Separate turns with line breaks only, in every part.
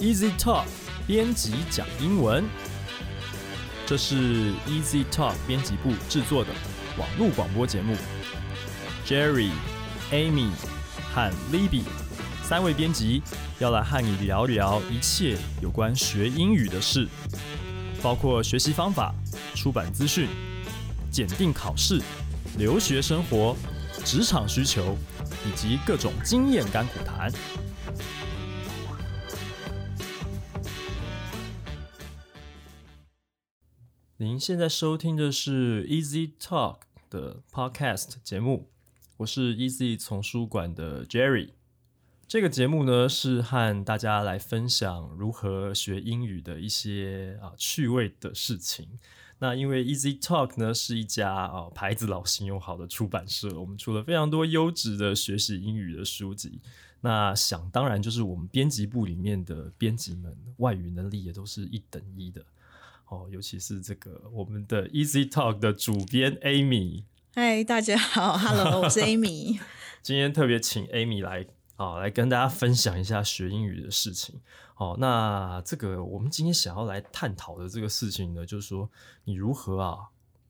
Easy Talk 编辑讲英文，这是 Easy Talk 编辑部制作的网络广播节目。Jerry、Amy 和 Libby 三位编辑要来和你聊聊一切有关学英语的事，包括学习方法、出版资讯、检定考试、留学生活、职场需求以及各种经验甘苦谈。您现在收听的是 Easy Talk 的 Podcast 节目，我是 Easy 丛书馆的 Jerry。这个节目呢是和大家来分享如何学英语的一些啊趣味的事情。那因为 Easy Talk 呢是一家啊牌子老信用好的出版社，我们出了非常多优质的学习英语的书籍。那想当然就是我们编辑部里面的编辑们外语能力也都是一等一的。哦，尤其是这个我们的 Easy Talk 的主编 Amy，
嗨，大家好，Hello，我 是 Amy。
今天特别请 Amy 来啊、来跟大家分享一下学英语的事情。哦，那这个我们今天想要来探讨的这个事情呢，就是说你如何啊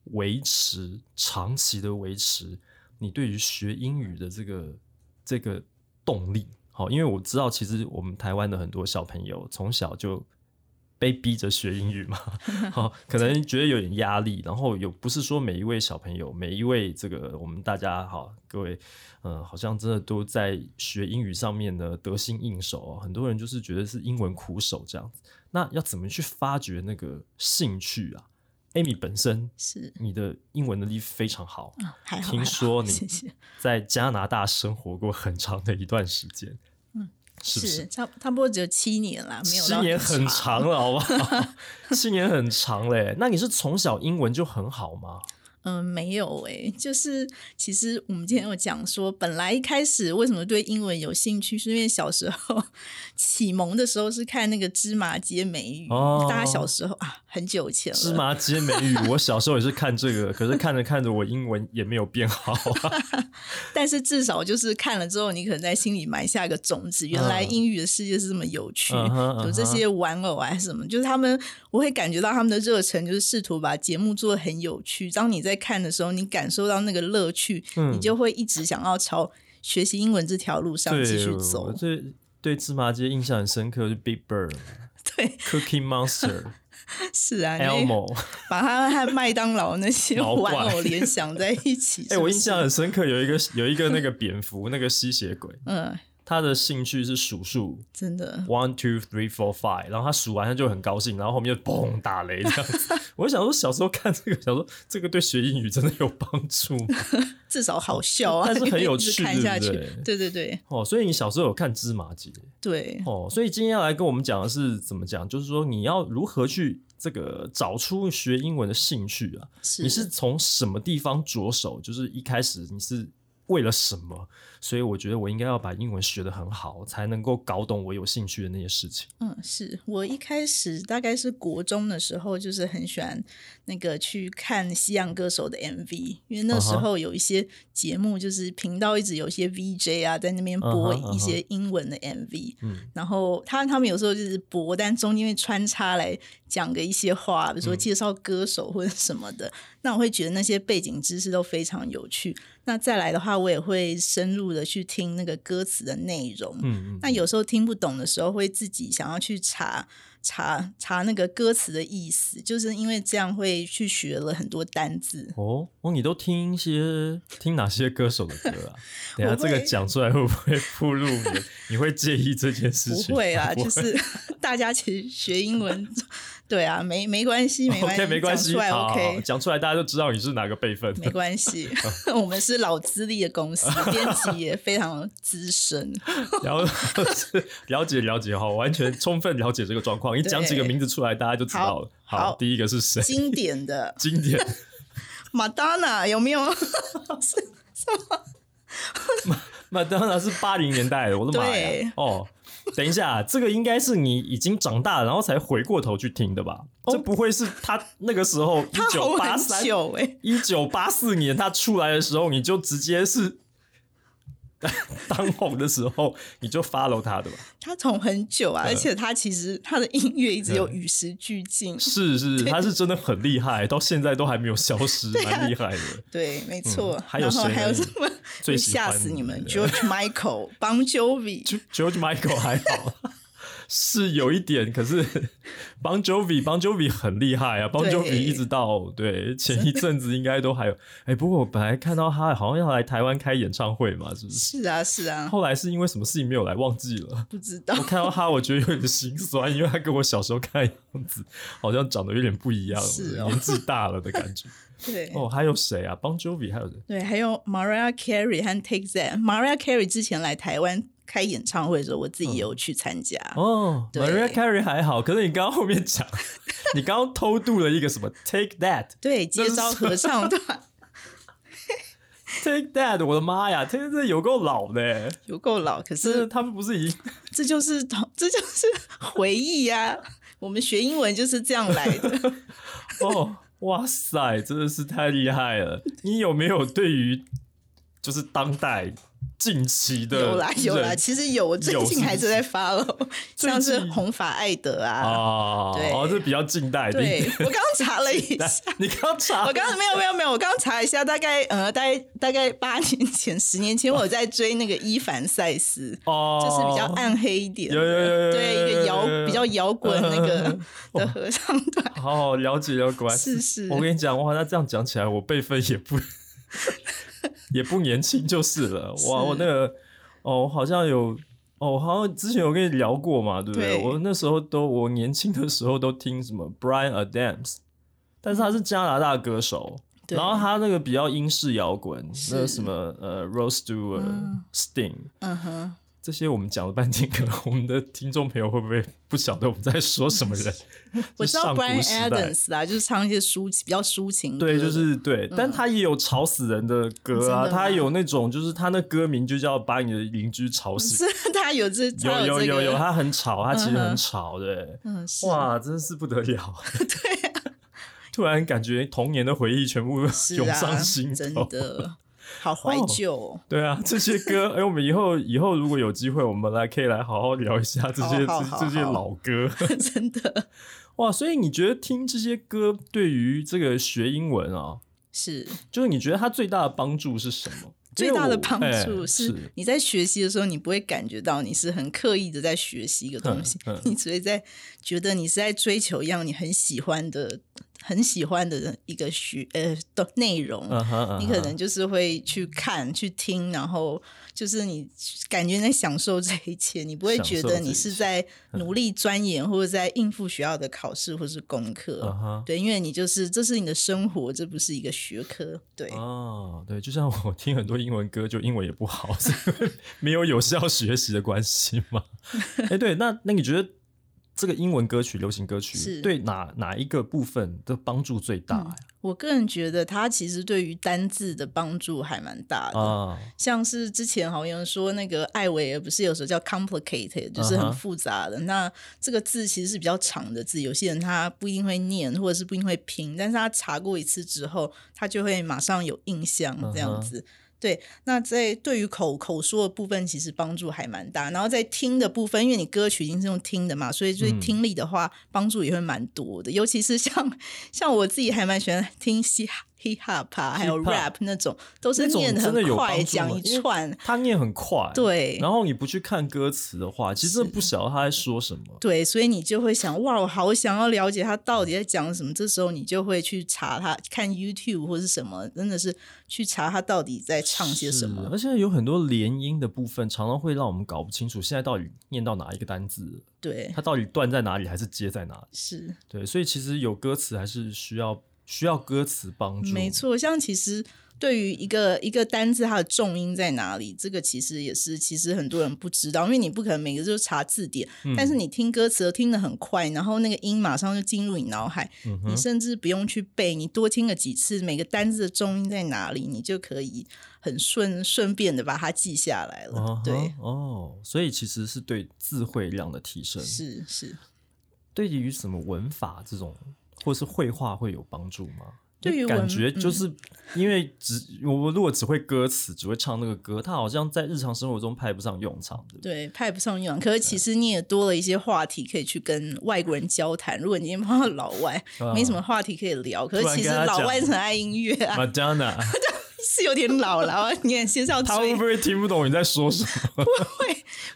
维持长期的维持你对于学英语的这个这个动力。好、因为我知道其实我们台湾的很多小朋友从小就被逼着学英语嘛，好、可能觉得有点压力，然后有不是说每一位小朋友，每一位这个我们大家好、各位，呃，好像真的都在学英语上面呢得心应手哦，很多人就是觉得是英文苦手这样子。那要怎么去发掘那个兴趣啊？Amy 本身
是
你的英文能力非常好，
啊，还好，
听
还好
说你
谢谢，
在加拿大生活过很长的一段时间，
嗯，
是不是？
差差不多只有七年啦，没有
七
到
年很
长
长。了，好不 好？七年很长嘞。那你是从小英文就很好吗？
嗯，没有诶、就是其实我们今天有讲说，本来一开始为什么对英文有兴趣，是因为小时候启蒙的时候是看那个《芝麻街美语》
哦
大家小时候啊，很久以前了，
芝麻街美语，我小时候也是看这个，可是看着看着，我英文也没有变好 啊。
但是至少就是看了之后，你可能在心里埋下一个种子，原来英语的世界是这么有趣，
嗯哼
有这些玩偶啊什么，就是他们，我会感觉到他们的热忱，就是试图把节目做得很有趣。当你在看的时候，你感受到那个乐趣，
嗯
你就会一直想要朝学习英文这条路上
对，
继续
我
走。
对对芝麻街印象很深刻，是 Big Bird、
对，
Cookie Monster、
是啊，你会
Elmo。
把它和麦当劳那些
老怪
玩偶联想在一起。
哎、
是不
我印
是
象很深刻，有一个有一个那个蝙蝠，那个吸血鬼，
嗯，
他的兴趣是数数，
真的
one two three four five，然后他数完他就很高兴，然后后面就嘣打雷这样子。我就想说小时候看这个，想说这个对学英语真的有帮助吗？
至少好笑啊，
但是很有趣
一直看下去
对不，
对对对
哦，所以你小时候有看芝麻街
对。
哦，所以今天要来跟我们讲的是怎么讲，就是说你要如何去这个找出学英文的兴趣啊？
是
你是从什么地方着手？就是一开始你是。为了什么？所以我觉得我应该要把英文学得很好，才能够搞懂我有兴趣的那些事情。
嗯，是我一开始大概是国中的时候，就是很喜欢那个去看西洋歌手的 MV，因为那
嗯
时
哼
候有一些节目，就是频道一直有一些 VJ 啊在那边播
嗯哼嗯哼
一些英文的 MV，、
嗯
然后他他们有时候就是播，但中间会穿插来讲个一些话，
嗯
比如说介绍歌手或者什么的。那我会觉得那些背景知识都非常有趣。那再来的话，我也会深入的去听那个歌词的内容。
嗯嗯，
那有时候听不懂的时候，会自己想要去查查查那个歌词的意思，就是因为这样会去学了很多单字。
哦哦，你都听一些听哪些歌手的歌 啊？等一下
我
这
会
个讲出来会不会暴露你？你会介意这件事
不
情？
会啦，
不
就
会
是 大家其实学英文， 对啊，没没关系，没关系
哦 OK，没关系，
讲出来
好好好
OK，
讲出来大家就知道你是哪个辈分。
没关 系。我们是老资历的公司，编辑也非常资深。
了了解了解哈，完全充分了解这个状况。一讲几个名字出来，大家就知道了。
好
好，
好
第一个是谁？
经典的
经典
Madonna 有 没有？
麦当娜是八零年代的，我的妈呀
对！
哦，等一下，这个应该是你已经长大了，然后才回过头去听的吧？这不会是他那个时候一
哦他
九
红
八
很
三
久哎、
一九八四年他出来的时候，你就直接是 当红的时候你就 follow 他的吧？
他从很久
嗯
啊，而且他其实他的音乐一直有与时俱进。
是是，他是真的很厉害，到现在都还没有消失，蛮厉害的。
对，没错。
嗯还有
然后
谁
还有
呢
什么？
最喜
吓
欢
死
你
你们
的
！George Michael、Bon Jovi，
Ge- George Michael 还好，是有一点，可是 Bon Jovi，Bon Jovi 很厉害啊，Bon
对
Jovi 一直到对前一阵子应该都还有，哎，不过我本来看到他好像要来台湾开演唱会嘛，是不是？
是啊，是啊，
后来是因为什么事情没有来，忘记了。
不知道
我看到他，我觉得有点心酸，因为他跟我小时候看的样子好像长得有点不一样，
是哦
年纪大了的感觉。
对。
哦，还有谁啊？Bon Jovi 还有谁？
对，还有 Mariah Carey 和 Take That。Mariah Carey 之前来台湾开演唱会的时候，我自己也有去参加。
嗯哦
对
，Mariah Carey 还好，可是你刚刚后面讲， 你刚刚偷渡了一个什么 Take That。
对，接招合 唱团
Take that！我的妈呀，天这有够老的欸，
有够老，可
这
是
他们不是已经
这就是同这就是回忆呀、我们学英文就是这样来的。
哦，哇塞，真的是太厉害了！你有没有对于就是当代近期的
有啦有啦，
人
其实有，我最
有是
近
不
还是在 follow，像是
最近
红发艾德啊。
啊？
对
哦，这比较近代的。
对，我刚刚查了 一下，
你刚查，
我刚刚没有没有没有，我刚刚查一下，大概呃，大概大概八年前、十年前，我有在追那个伊凡塞斯，
哦，
就是比较暗黑一点的，
有有有有有
对
有
一个摇
有有有
比较摇滚那个
嗯
的合唱团，
好好了解了解，果然
是是
我跟你讲，哇，那这样讲起来，我辈分也不 也不年轻就是了。
是
哇，我那个哦，我好像有哦，我好像之前有跟你聊过嘛，对不对？
对
我那时候都我年轻的时候都听什么 Brian Adams，但是他是加拿大歌手。
对
然后他那个比较英式摇滚，
是
那个什么呃，Rose Stewart、
嗯
Sting
嗯哼，
这些，我们讲了半天，可能我们的听众朋友会不会不晓得我们在说什么人？
我知道
上古
Brian
时代
Adams 嗯啊，就是唱一些抒情比较抒情歌的，
对，就是对，但他也有吵死人的歌
真
啊，
的吗
他有那种就是他那歌名就叫把你的邻居吵死，
是 他有这他
有有
这
有
个
有，他很吵，他其实
嗯哼
很吵，对，
嗯是啊
哇，真是不 得了，对。突然感觉童年的回忆全部
是
涌上
啊，
心
真
头，
的好怀旧哦。
对啊，这些歌，哎，我们以后以后如果有机会，我们来可以来好好聊一下这些
哦好好
这
好
这些
好
老歌，
真的
哇，所以你觉得听这些歌对于这个学英文啊，
是
就是你觉得它最大的帮助是什么？
最
因为
大的
我
帮
哎
助是
是
你在学习的时候，你不会感觉到你是很刻意的在学习一个东西
嗯嗯，
你只会在觉得你是在追求一样你很喜欢的、很喜欢的一个学呃的内容。
嗯哼，嗯
你可
哼
能就是会去看、去听，然后就是你感觉在享受这一切，你不会
享
觉
受
得
这
你
一
是
切嗯
在努力钻研或者在应付学校的考试或是功课。
嗯哼
对，因为你就是这是你的生活，这不是一个学科。对，
哦，对，就像我听很多英文歌，就英文也不好， 是因为没有有效学习的关系 嘛。哎，对，那那你觉得这个英文歌曲、流行歌
是
曲对哪哪一个部分的帮助最大呀？
我个人觉得它其实对于单字的帮助还蛮大的。
啊，
像是之前好像有人说那个艾维尔不是有时候叫 complicated，就是
嗯
很
哼
复杂的。那这个字其实是比较长的字，有些人他不一定会念，或者是不一定会拼，但是他查过一次之后，他就会马上有印象这样
嗯哼
子。对，那在对于口口说的部分，其实帮助还蛮大。然后在听的部分，因为你歌曲已经是用听的嘛，所以对
嗯
听力的话，帮助也会蛮多的。尤其是像像我自己还蛮喜欢听嘻哈。hip hop 啊，还有
hip hop
rap 那种，都是
那种
念得
真的
很
有
快，
帮助
讲
吗
一
因为
串，
它念很快，。
嗯对
然后你不去看歌词的话，其实真的不晓得他在说什么。
对，所以你就会想，哇，我好想要了解他到底在讲什么。这时候你就会去查他，看 YouTube 或是什么，真的是去查他到底在唱些什
是
么。
而且有很多连音的部分，常常会让我们搞不清楚现在到底念到哪一个单字，
对，
它到底断在哪里，还是接在哪里。
是
对，所以其实有歌词还是需要需要歌词帮助。
没，错。像其实对于一个一个单字，它的重音在哪里，这个其实也是其实很多人不知道，因为你不可能每个就查字典，
嗯
但是你听歌词听得很快，然后那个音马上就进入你脑海，
嗯
你甚至不用去背，你多听了几次每个单字的重音在哪里，你就可以很顺顺便的把它记下来了。
啊哈
对，
哦，所以其实是对智慧量的提升，
是是。
对于什么文法这种或是绘画会有帮助吗？
对于
感
文嗯
觉就是因为只我如果只会歌词，只会唱那个歌，它好像在日常生活中派不上用场，对不对？
对，派不上用场。可是其实你也多了一些话题可以去跟外国人交谈。如果你今天碰到老外，
啊
没什么话题可以聊。可
突
是
然
其实
跟他
老
讲
外是很爱音乐 啊，
Madonna，
是有点老了啊。你也先是要
他会
追
不会听不懂你在说什 么？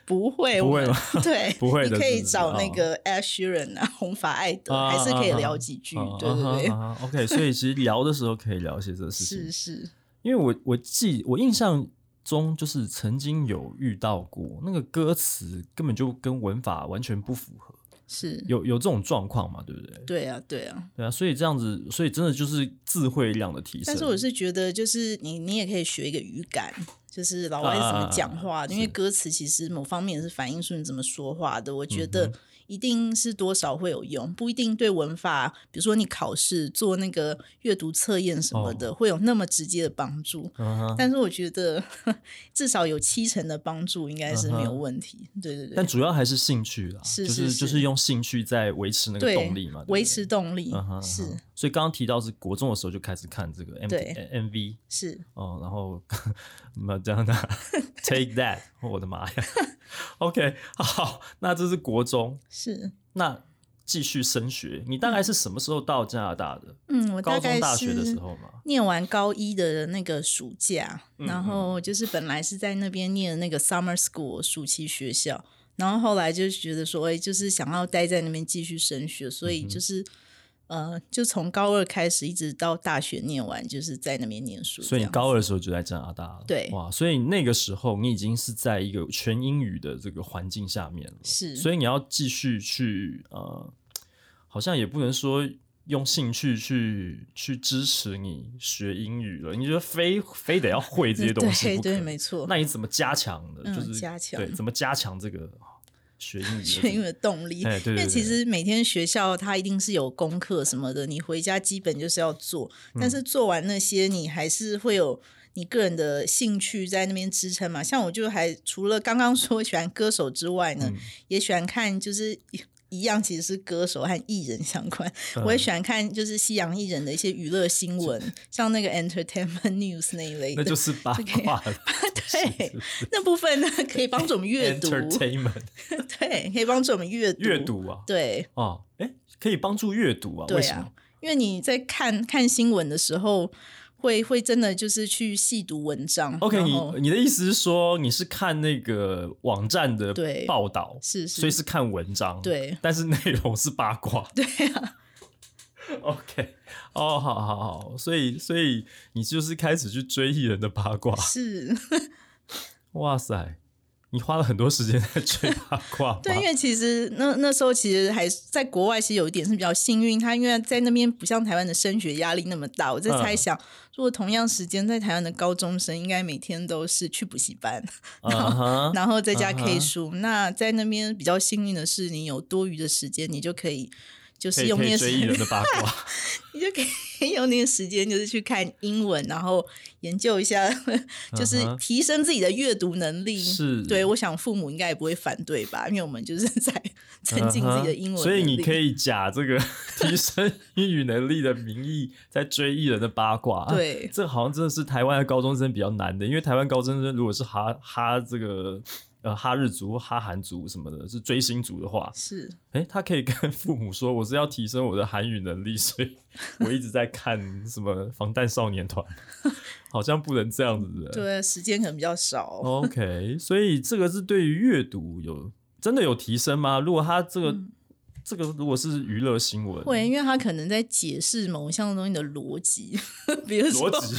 不会，
不
我
会
们
吗
对，
不会的
你可
是
以
不是
找
哦
那个 Ed Sheeran 啊，红发艾德，
啊
还是可以
啊啊
聊几句。
啊
对
啊
对对，
哈啊哈 OK，所以其实聊的时候可以聊一些这个事情
是。是，
因为我我记我印象中就是曾经有遇到过那个歌词根本就跟文法完全不符合，
是，
有有这种状况嘛，对不对？
嗯对啊，对啊。
对啊，所以这样子，所以真的就是智慧量的提升。
但是我是觉得，就是你你也可以学一个语感，就是老外是怎么讲话
啊
的，因为
是
歌词其实某方面也是反映出你怎么说话的。我
嗯
觉得一定是多少会有用，不一定对文法，比如说你考试做那个阅读测验什么
哦
的，会有那么直接的帮助。
嗯哼，
但是我觉得 至少有七成的帮助应该是没有问题。对对
嗯但
对，
主要还是兴趣啦，
是
就是
是
就是用兴趣在维持那个
对
动力嘛，对不对
维持动力、
嗯哼嗯哼
是
所以刚刚提到是国中的时候就开始看这个 M
对
M V
是
哦，然后 Madonna Take That，我 的妈呀！OK，好，那这是国中，
是，
那继续升学，你大概是什么时候到加拿大的？
嗯嗯，我
高
大概
中、
是
大学的时候嘛？
念完高一的那个暑假，
嗯
然后就是本来是在那边念那个 summer school 暑期学校，然后后来就觉得说，哎，就是想要待在那边继续升学，所以
嗯
就是、呃，就从高二开始一直到大学念完，就是在那边念书这样。
所以你高二的时候就在加拿大了，
对
哇！所以那个时候你已经是在一个全英语的这个环境下面了，
是，
所以你要继续去呃，好像也不能说用兴趣去去支持你学英语了，你觉得非非得要会这些东西
对
不可
对，没错，
那你怎么加强的？
嗯
就是
加强
对，怎么加强这个哦学英语的
学英语的动力。
哎对对
因为
对
其实每天学校它一定是有功课什么的，你回家基本就是要做，
嗯
但是做完那些你还是会有。你个人的兴趣在那边支撑嘛？像我就还除了刚 刚说喜欢歌手之外
嗯
呢，也喜欢看就是一样，其实是歌手和艺人相关。
嗯
我也喜欢看就是西洋艺人的一些娱乐新闻，像那个 Entertainment News 那一类
那
的
就。是八卦的
对，那部分呢可以帮助我们阅 读，
entertainment
对，可以帮助我们阅读
阅读啊，
对
哦，哎，可以帮助阅读啊？为
对
什
啊
么？，
因为你在看看新闻的时候，会会真的就是去细读文章。
OK，
然后
你你的意思是说你是看那个网站的
对
报道，
是
所以
是，
是看文章，
对，
但是内容是八卦。
对啊，
OK，哦，好好好，所以所以你就是开始去追艺人的八卦，
是
哇塞，你花了很多时间在追八卦吗，
对，因为其实那那时候其实还在国外，其实有一点是比较幸运，他因为在那边不像台湾的升学压力那么大。我在
嗯
猜想，如果同样时间在台湾的高中生，应该每天都是去补习班，
啊哈，
然后在家
啊哈
K 书。那在那边比较幸运的是，你有多余的时间，你就可以就是
可以
用
可
那
以
些
追
时
艺
间
人的八 卦，
你就可以 用那个时间，就是去看英文，然后研究一下，就是
嗯哼
提升自己的阅读能力。
是
对，我想父母应该也不会反对吧，因为我们就是 在增进自己的英文
啊
能力、
哈所以你可以假这个 提升英语能力的名义，在追艺人的八卦。啊
对
这好像真的是台湾的高中生比较难的，因为台湾高中生如果是哈哈这个呃哈日族、哈韩族什么的，是追星族的话，
是
诶，他可以跟父母说我是要提升我的韩语能力，所以我一直在看什么防弹少年团，好像不能这样子的。
对啊时间可能比较少。
哦 OK，所以这个是对于阅读有真的有提升吗？如果他这个、这个如果是娱乐新闻，
嗯会，因为他可能在解释某一项东西的逻辑， 比如说
逻 辑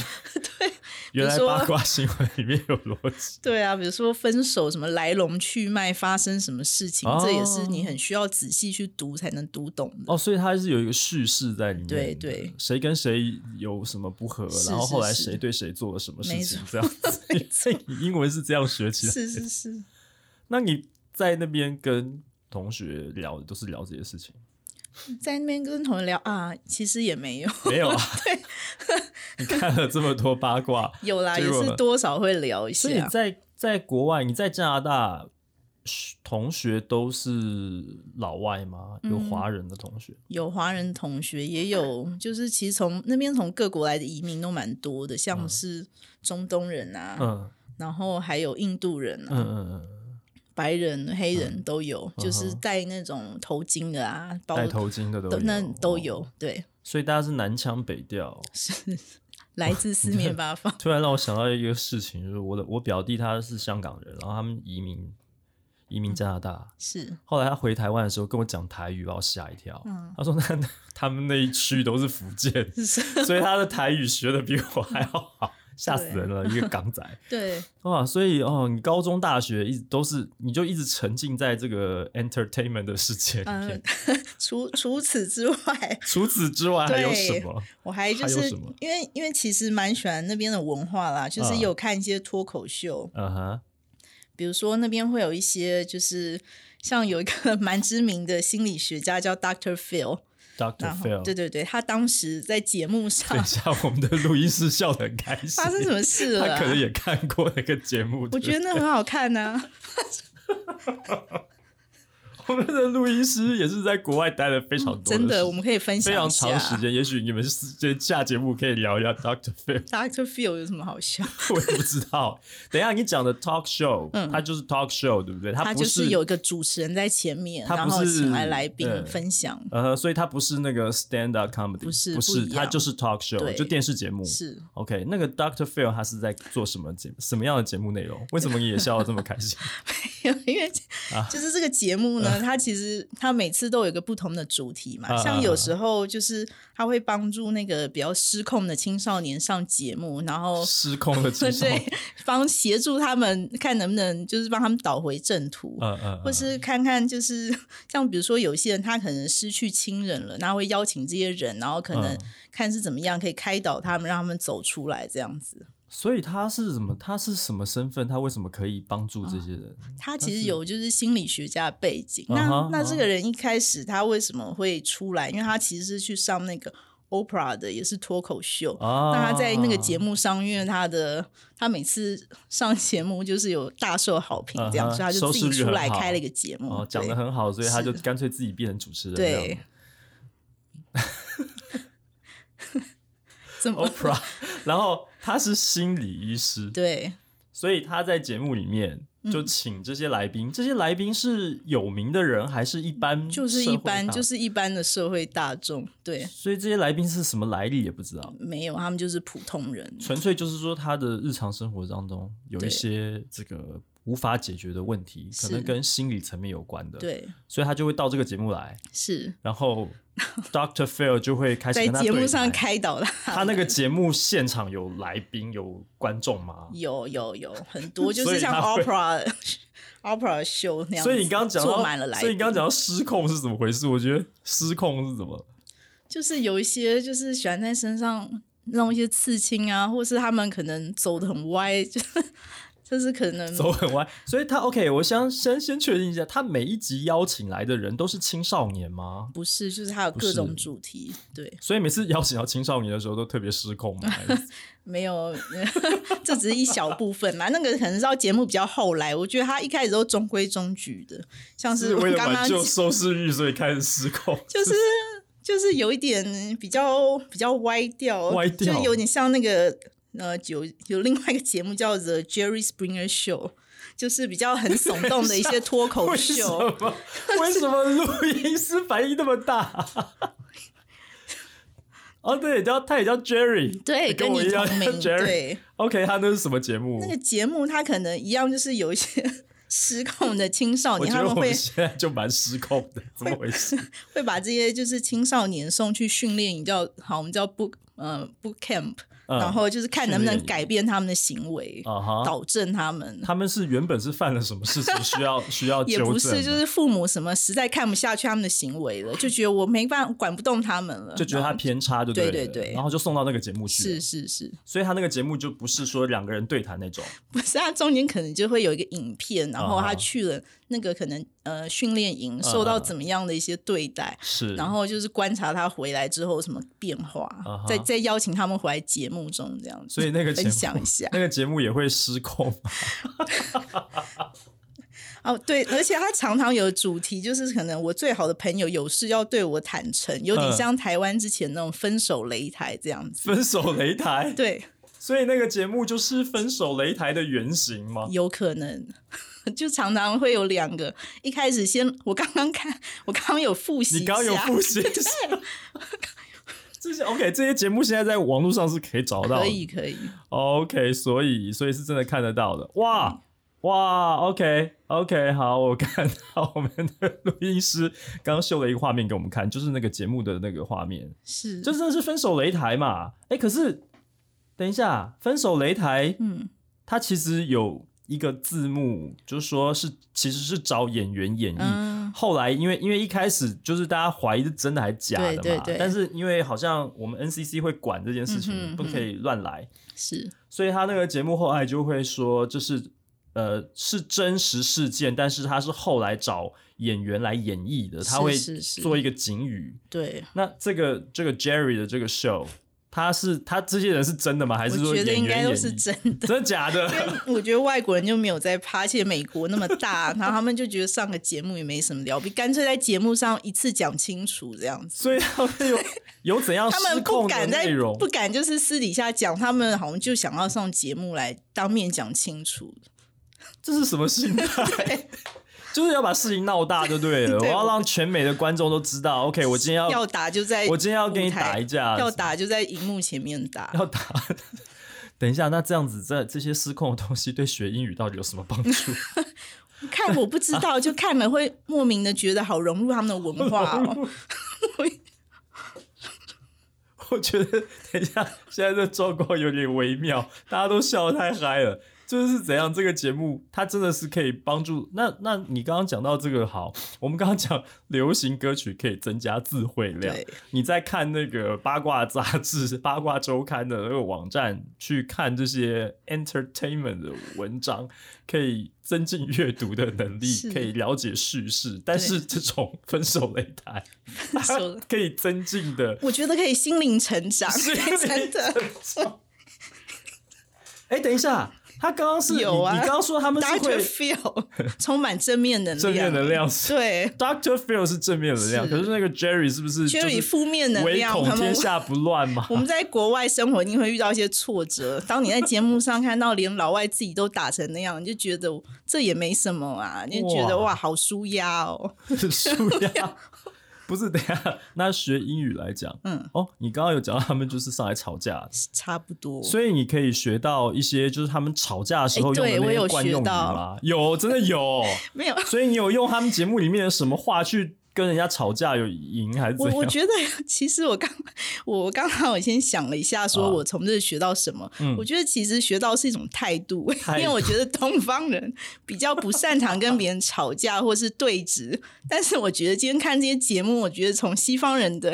原来
比如说
八卦新闻里面有逻辑，
对啊，比如说分手什么来龙去脉，发生什么事情，
哦
这也是你很需要仔细去读才能读懂的。
哦，所以它是有一个叙事在里面的，
对对
谁跟谁有什么不合，
是
然后
是
后来
是
谁对谁做了什么事
没
情，
错
哦这样 子，所 以你英文是这样学起来。
是是是。
那你在那边跟同学聊，都是聊这些事情，
在那边跟同学聊啊，其实也没有，
没有啊？你看了这么多八卦，
有啦，
结
也
果
是多少会聊一啊
所以
下。
在在国外，你在加拿大同学都是老外吗？有
嗯
华人的同学？
有华人同学，也有就是其实从那边从各国来的移民都蛮多的，像是中东人啊，
嗯
然后还有印度人
嗯
啊，
嗯嗯，
白人、黑人都有，
哼
就是戴那种头巾的啊，包
戴头巾的都
都
有
那都有，
哦
对，
所以大家是南腔北调。
来自四面八 方。
突然让我想到一个事情，就是我的我表弟他是香港人，然后他们移民移民加拿大，
是，
后来他回台湾的时候跟我讲台语，把我吓一跳。
嗯，
他说那他们那一区都是福建，
是，
所以他的台语学的比我还要好，吓死人了，一个港仔。
对，
哇，所以哦，你高中、大学一直都是，你就一直沉浸在这个 entertainment 的世界里面。
嗯， 除除此之外，
除此之外还有什
对
么？
我还就
还有
是
什么
因为因为其实蛮喜欢那边的文化啦，就是
嗯
有看一些脱口秀，
嗯哼，
比如说那边会有一些就是像有一个 蛮知名的心理学家叫 Doctor Phil，
Doctor
然后
Phil，
对对对，他当时在节目
等一
上
下，我们的录音室笑得很开心。
发生什么事了、
他
啊
可能，也看过那个节目。
我觉得
得
那很好看呐、
我们的录音师也是在国外待了非常多时，
真的，我们可以分享
非
一
常
下
长时。间。也许你们是下节目可以聊一聊 Doctor Phil，
Doctor Phil 有什么好笑？
我也不知道。等一下，你讲的 talk show，
嗯
它就是 talk show，对不对？它
他
不
就是有一个主持人在前面，
他
然
不
后
是
请来来宾
对
分享，
呃，所以它不是那个 stand up comedy，不
是
不
不
是，
一
它
样
就是 talk show，
对
就电视节目。
是
OK，那个 Doctor Phil 他是在做什么节什么样的节目内容？为什么你也笑得这么开 心？
因为
啊
就是这个节目呢，它其实它每次都有一个不同的主题嘛，
嗯啊
像有时候就是它会帮助那个比较失控的青少年上节目，然后。
失控的青少年
哦 对，帮协助他们看能不能就是帮他们导回正途，
嗯嗯，
或是看看就是像比如说有些人他可能失去亲人了，那会邀请这些人，然后可能
嗯
看是怎么样可以开导他们，让他们走出来这样子。
所以他是什么？他是什么身份？他为什么可以帮助
啊
这些人？
他其实有就是心理学家的背景。
啊哈
那
啊
那
哈
这个人一开始他为什么会出来？因为他其实是去上那个 Oprah 的，也是脱口秀。
啊，
那他在那个节目上，因为他的他每次上节目就是有大受好评，这
啊
样
哈
所以他就
收
自己
视率
出
很
来
好
开了一个节目，
哦
对
讲的很好，所以他就是干脆自己变成主持人。
对。怎 么
Oprah，然后他是心理医师，
对？嗯
所以他在节目里面就请这些来宾，这些来宾是有名的人，还是一般。
就是一般，就是是一般的社会大众，对，
所以这些来宾是什么来历也不知道，
没有他们就是普通人，
纯粹就是说他的日常生活当中有一
对
些这个无法解决的问题，可
是
能跟心理层面有关的，，
对，
所以他就会到这个节目来，
是
然后 Doctor Phil 就会开始
在
跟他
节目
对
上
谈
开导他
他那个节目现场有来宾有观众吗？
有有有 很多，就
所以
是像
他会
opera opera 秀那样子，
所以你刚刚讲到
坐满了来宾，
所以你刚刚讲到失控是怎么回事？我觉得失控是怎么？
就是有一些就是喜欢在身上弄一些刺青啊，或是他们可能走的很歪， 就是就是可能
走很歪，所以他 OK，我先先先确定一下，他每一集邀请来的人都是青少年吗？
不是，就是他有
是
各种主题，对，
所以每次邀请到青少年的时候都特别失控嘛。还 是
没有，这只是一小部分嘛，那个可能是到节目比较后来，我觉得他一开始都中规中矩的，像
是
我
为了
刚
挽
刚
救收视率，所以开始失控。
就是就是有一点比较比较歪掉，
歪掉
就是有点像那个呃有有另外一个节目叫 The Jerry Springer Show，就是比较很耸动的一些脱口
为什
秀。
么？为什么录音师反应那么大？ 哦，对，叫他也叫 Jerry，
对，
跟
跟
我
你
一样
同名。
Jerry
对，
OK，他那是什么节目？
那个节目它可能一样，就是有一些 失控的青少
我
年，
觉
他
得
们
我
会
们现在就蛮失控的，怎么回事？
会把这些就是青少年送去训练营，叫好，我们叫 book 呃 book camp，、
嗯
然后就是看能不
训练
能
营
改变他们的行为，
啊哈，
导正他们。
他们是原本是犯了什么事情需 要需要
也
纠正的？
不是，就是父母什么实在看不下去他们的行为了，就觉得我没办法管不动他们了，
就觉得他
然后
偏差就了，
对对对
然后就送到那个节目去了
是，是是，
所以他那个节目就不是说两个人对谈那种，
不是他中间可能就会有一个影片，然后
啊哈
他去了那个可能呃训练营，
啊
受到怎么样的一些对待，
是，
然后就是观察他回来之后有什么变化，
啊哈
再再邀请他们回来节目中这样子，
所以那个节目
分享一下
那个节目也会失控，
哦，对，而且它常常有主题，就是可能我最好的朋友有事要对我坦诚，有点
嗯
像台湾之前那种分手擂台这样子。
分手擂台，
对，
所以那个节目就是分手擂台的原型吗？
有可能。就常常会有两个，一开始先我刚刚看，我刚刚有复习一
你
下，
刚刚有复习一下， 这些 OK，这些节目现在在网络上是可以找到的，
可以可以，
OK，所以所以是真的看得到的，哇、
嗯
哇，OK OK，好，我看到我们的录音师刚刚秀了一个画面给我们看，就是那个节目的那个画面，
是，
就真的是分手擂台嘛？哎、可是等一下，分手擂台
嗯，
它其实有一个字幕，就是说是其实是找演员演绎。
嗯
后来，因为因为一开始就是大家怀疑是真的还是假的嘛，
对对对
但是因为好像我们 NCC 会管这件事情，
嗯哼
不可以乱来，
是，
所以他那个节目后来就会说，就是呃是真实事件，但是他是后来找演员来演绎的，
是
他会
是是
做一个警语。
对，
那这个这个 Jerry 的这个 show，他是他这些人是真的吗？还是
我
说
觉
演
得
员
应该都
演
是
绎
真的。
真的假的？
我觉得外国人就没有在趴，而且美国那么大，然后他们就觉得上个节目也没什么了不起，干脆在节目上一次讲清楚这样子。
所以他们有 有怎样
他们
失
不
控的
敢在
内容？
不敢就是私底下讲，他们好像就想要上节目来当面讲清楚。
这是什么心态？就是要把事情闹大就对了，
对
我要
我
让全美的观众都知道。OK，我今天
要
要
打就在
我今天要跟你
舞台
打一架，
要打就在荧幕前面打，
要打。等一下，那这样子，这这些失控的东西对学英语到底有什么帮助？
看我不知道，就看了会莫名的觉得好融入他们的文化 哦。
我觉得，等一下，现在这状况有点微妙，大家都笑得太嗨了。就是怎样，这个节目它真的是可以帮助。那那你刚刚讲到这个好，我们刚刚讲流行歌曲可以增加智慧量
对。
你在看那个八卦杂志、 八卦周刊的那个网站去看这些 entertainment 的文章，可以增进阅读的能力，
是
可以了解叙事。但是这种分手擂台，
手
可以增进 的
我觉得可以心灵成 长，真的。
哎、等一下，他刚刚是
有啊
你，你刚刚说他们是
Doctor
会
Phil 充满正面能量，
正面能量是
对
Doctor Phil 是正面能量，
是
可是那个 Jerry 是不是就是
，Jerry 负面能
唯
量，
恐
他们
天下不乱嘛？
我们在国外生活一定会遇到一些挫折。当你在节目上看到连老外自己都打成那样，你就觉得这也没什么啊，你就觉得
哇
哇，好舒压哦。
输呀。不是，等一下，那学英语来讲，
嗯，
哦，你刚刚有讲到他们就是上来吵架，
差不多。
所以你可以学到一些就是他们吵架的时候
哎
用
对
的那
我
些
有
惯
学
用语
到
吗？有，真的 有。
没有，
所以你有用他们节目里面的什么话去跟人家吵架，有赢还是怎
我
样？
我觉得 其实我刚我刚好我先想了一下，
啊
说我从这学到什么、
嗯
我觉得其实学到是一种态度，
态度
因为我觉得东方人比较不擅长跟别人吵架或是对峙，但是我觉得今天看这些节目，我觉得从西方人的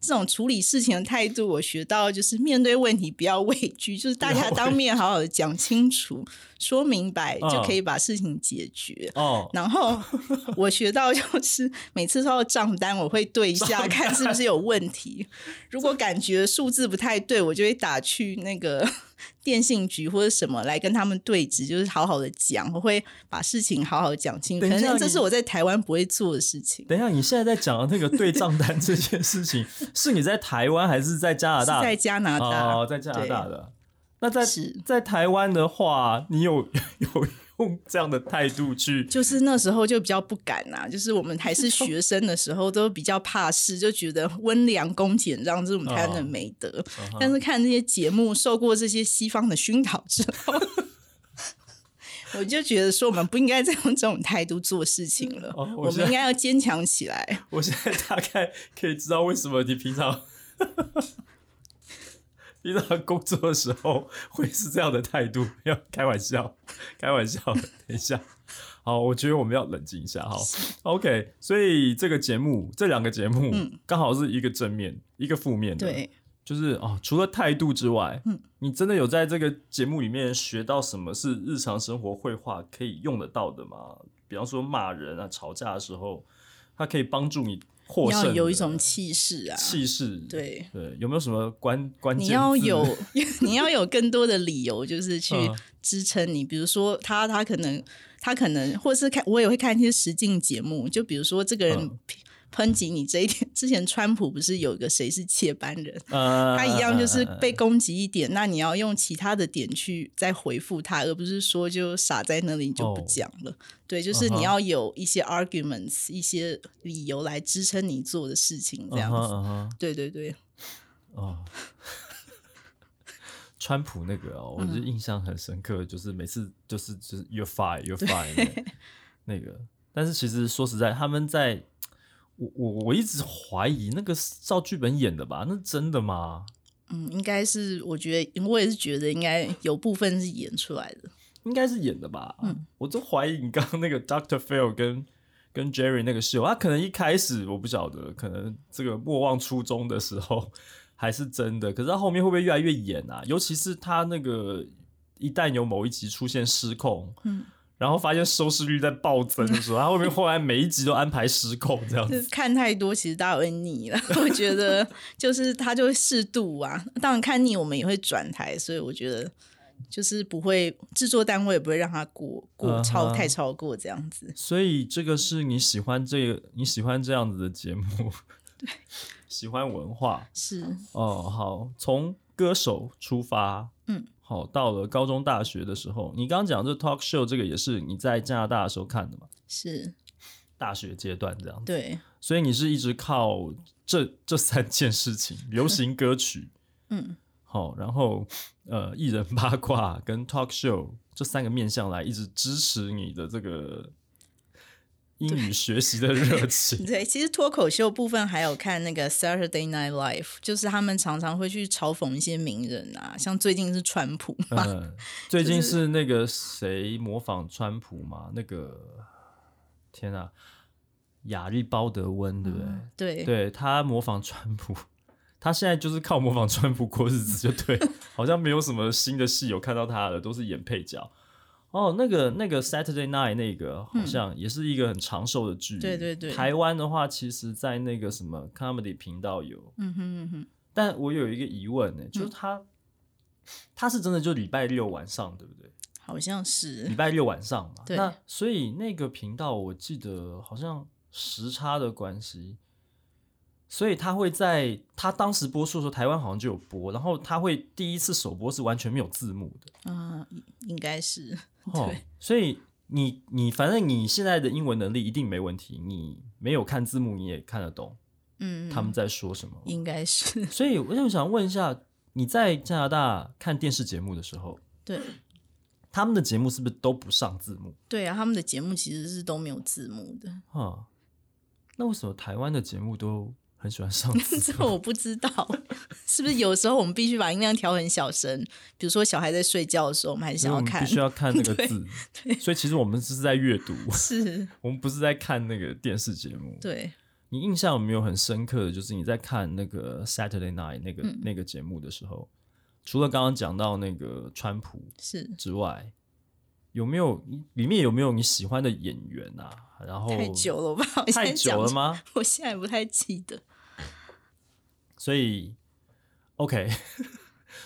这种处理事情的态度，我学到就是面对问题不要畏惧，就是大
不要
家
畏
当面好好的讲清楚、说明白，
啊
就可以把事情解决。
哦，
然后我学到就是 每次收到账单，我会对 一下看是不是有问题。如果感觉数字不太对，我就会打去那个 电信局或者什么来跟他们对质，就是好好的讲，我会把事情好好地讲清楚。
等一
可
下
能这
你
是我在台湾不会做的事情，
等一下，你现在在讲的那个对账单这件事情，是你在台湾还是在加拿
是
大？
在加拿
啊哦，
大。
在加拿大的。那在
是
在台湾的话，你有 有用这样的态度去？
就是那时候就比较不敢啊， 就是我们还是学生的时候都比较怕事，就觉得温良恭俭让这种台湾的
哦
美德。
嗯哼
但是看这些节目，受过这些西方的熏陶之后， 我就觉得说我们不应该再用这种态度做事情了，
哦我
我
现在
们应该要坚强起来。
我现在大概可以知道为什么你平常平常工作的时候会是这样的态度。没有开玩笑，开玩笑的。等一下，好，我觉得我们要冷静一下。好，OK。所以这个节目，这两个节目刚好是一个正面，一个负面的。，
对，
就是哦，除了态度之外，
嗯，
你真的有在这个节目里面学到什么是日常生活绘画可以用得到的吗？比方说骂人啊、吵架的时候，它可以帮助你获
你要
胜
有一
的
种气势啊，
气势，
对
对，有没有什么关关键
你
字？
要有 你要有更多的理由，就是去
嗯
支撑你。比如说他他可能他可能，或是看我也会看一些实境节目，就比如说这个人
嗯
抨击你这一点。之前川普不是有一个谁是切班人？
呃，
他一样就是
呃
被攻击一点，那你要用其他的点去再回复他，而不是说就傻在那里就不
哦
讲了。对，就是
嗯哼
你要有一些 arguments，、一些理由来支撑你做的事情，这样子。
嗯哼嗯哼
对对对，
哦， 川普那个哦，我就印象很深刻，就是每次就是就是 you're fine you're fine 那那个，但是其实说实在，他们在我我我一直怀疑那个是照剧本演的吧？那真的吗？
嗯，应该是，我觉得我也是觉得应该有部分是演出来的。
应该是演的吧？我就怀疑你刚刚那个 Doctor Phil 跟跟 Jerry 那个秀，他可能一开始我不晓得，可能这个莫忘初衷的时候 还是真的，可是他后面会不会越来越演啊？尤其是他那个一旦有某一集出现失控，
嗯
然后发现收视率在暴增的时候，他后面后来每一集都安排失控这样
就
子
是看太多，其实大家会腻了。 我觉得就是他就会适度啊，当然看腻我们也会转台，所以我觉得就是不会制作单位也不会让他过过超、
嗯哼
太超过这样子。
所以这个是你喜欢这个你喜欢这样子的节目，对，喜欢文化，
是，
哦，好，从歌手出发，
嗯，
好，到了高中、大学的时候，你刚刚讲这 talk show 这个也是你在加拿大的时候看的嘛？
是，
大学阶段这样子，
对，
所以你是一直靠这这三件事情：流行歌曲，
嗯，
好，然后呃，艺人八卦跟 talk show 这三个面向来一直支持你的这个英语学习的热情。
对，其实脱口秀部分还有看那个 Saturday Night Live，就是他们常常会去嘲讽一些名人啊，像最近是川普 嘛，
嗯，最近是那个谁模仿川普嘛？那个天啊，亚历鲍德温，对不对？
对，
对他模仿川普，他现在就是靠模仿川普过日子，就对， 好像没有什么新的戏有看到他的，都是演配角。哦，那个那个 Saturday Night 那个好像也是一个很长寿的剧，
嗯对对对
台湾的话，其实在那个什么 Comedy 频道有，
嗯哼嗯哼，
但我有一个疑问呢、
嗯
就是他、他是真的就礼拜六晚上，对不对？
好像
礼
是，
拜六晚上嘛。
对
那所以那个频道我记得好像时差的关系，所以他会在他当时播出的时候，台湾好像就有播，然后他会第一次首播是完全没有字幕的。
啊、应该是，
哦
对，
所以你你反正你现在的英文能力一定没问题，你没有看字幕你也看得懂
嗯，
他们在说什么。
应该是
所以我就想问一下，你在加拿大看电视节目的时候，
对
他们的节目是不是都不上字幕？
对啊，他们的节目其实是都没有字幕的，
哈，那为什么台湾的节目都很喜欢上字
这
幕？
我不知道， 是不是有时候我们必须把音量调很小声，比如说小孩在睡觉的时候，我们还是
因
想
为我
要
们嗯
看
必，须要看那个
对
字，所以其实我们是在阅读，
是，
我们不是在看那个电视节目。
对，
你印象有没有很深刻的，就是你在看那个 Saturday Night 那个、
嗯
那个节目的时候，除了刚刚讲到那个川普
是
之外，有没有里面有没有你喜欢的演员啊？然后
太久了吧？我现
太
在讲
久了
出？
吗？
我现在不太记得，
所以 OK，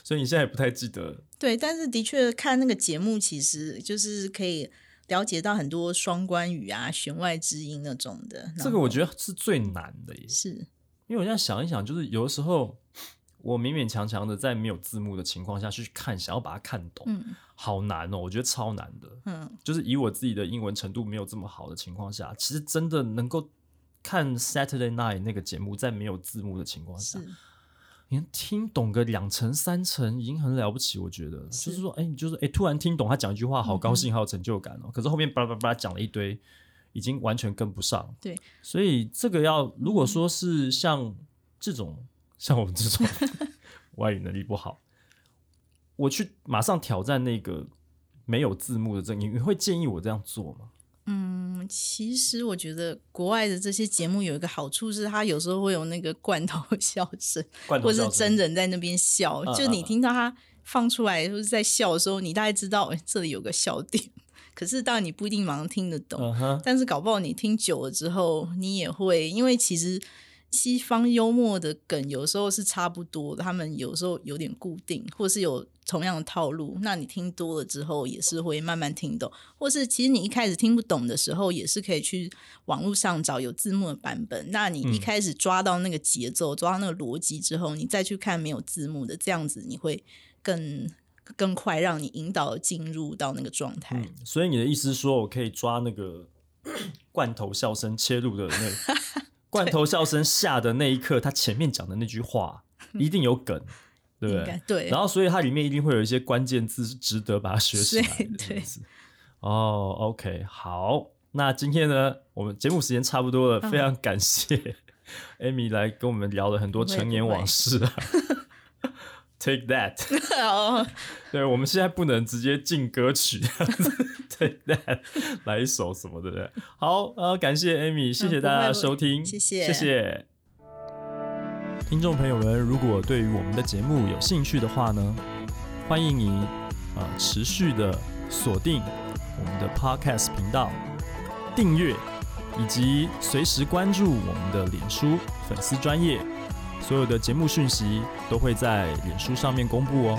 所以你现在也不太记得
对，但是的确看那个节目，其实就是可以了解到很多双关语啊、弦外之音那种的。
这个，我觉得是最难的耶
得。是
因为我现在想一想，就是有的时候我勉勉强强的在没有字幕的情况下去看，想要把它看懂，
嗯
好难哦，我觉得超难的。
嗯，
就是以我自己的英文程度没有这么好的情况下，其实真的能够看 Saturday Night 那个节目，在没有字幕的情况下，
是
你能听懂个两成三成已经很了不起，我觉得。
是
就是说，哎、你就是哎、突然听懂他讲一句话，好高兴，好有成就感哦。可是后面巴拉巴拉巴拉讲了一堆，已经完全跟不上。
对，
所以这个要如果说是像这种 像我们这种 外语能力不好，我去马上挑战那个没有字幕的这，你你会建议我这样做吗？
嗯，其实我觉得国外的这些节目有一个好处是，它有时候会有那个罐头笑声，
罐头
或是
笑声
真人在那边笑，
嗯
就
嗯
你
嗯
听到他放出来就是在笑的时候，你大概知道、哎这里有个笑点。 可是当然你不一定马上听得懂，
嗯哼，
但是搞不好你听久了之后，你也会，因为其实西方幽默的梗有时候是差不多的，他们有时候有点固定，或是有同样的套路。那你听多了之后，也是会慢慢听懂，或是其实你一开始听不懂的时候，也是可以去网络上找有字幕的版本。那你一开始抓到那个节奏，抓到那个逻辑之后，你再去看没有字幕的，这样子你会更。更快让你引导进入到那个状态，
嗯，所以你的意思是说我可以抓那个 罐头笑声切入的那 罐头笑声下的那一刻，他前面讲的那句话一定有梗，对不对
应该？对。
然后，所以它里面一定会有一些关键字是值得把它学起来的
是
这样子。哦，OK，好，那今天呢，我们节目时间差不多
嗯
了，非常感谢 Amy 来跟我们聊了很多
不会
陈年
不会
往事 啊。Take that。
哦，
对，我们现在不能直接进歌曲，对，来一首什么的，对不对？好，呃，感谢 Amy，谢谢
嗯不会
大家
不会
收听，
谢谢
谢谢。听众朋友们，如果对于我们的节目有兴趣的话呢，欢迎你呃持续的锁定我们的 Podcast 频道，订阅以及随时关注我们的脸书粉丝专业，所有的节目讯息都会在脸书上面公布哦。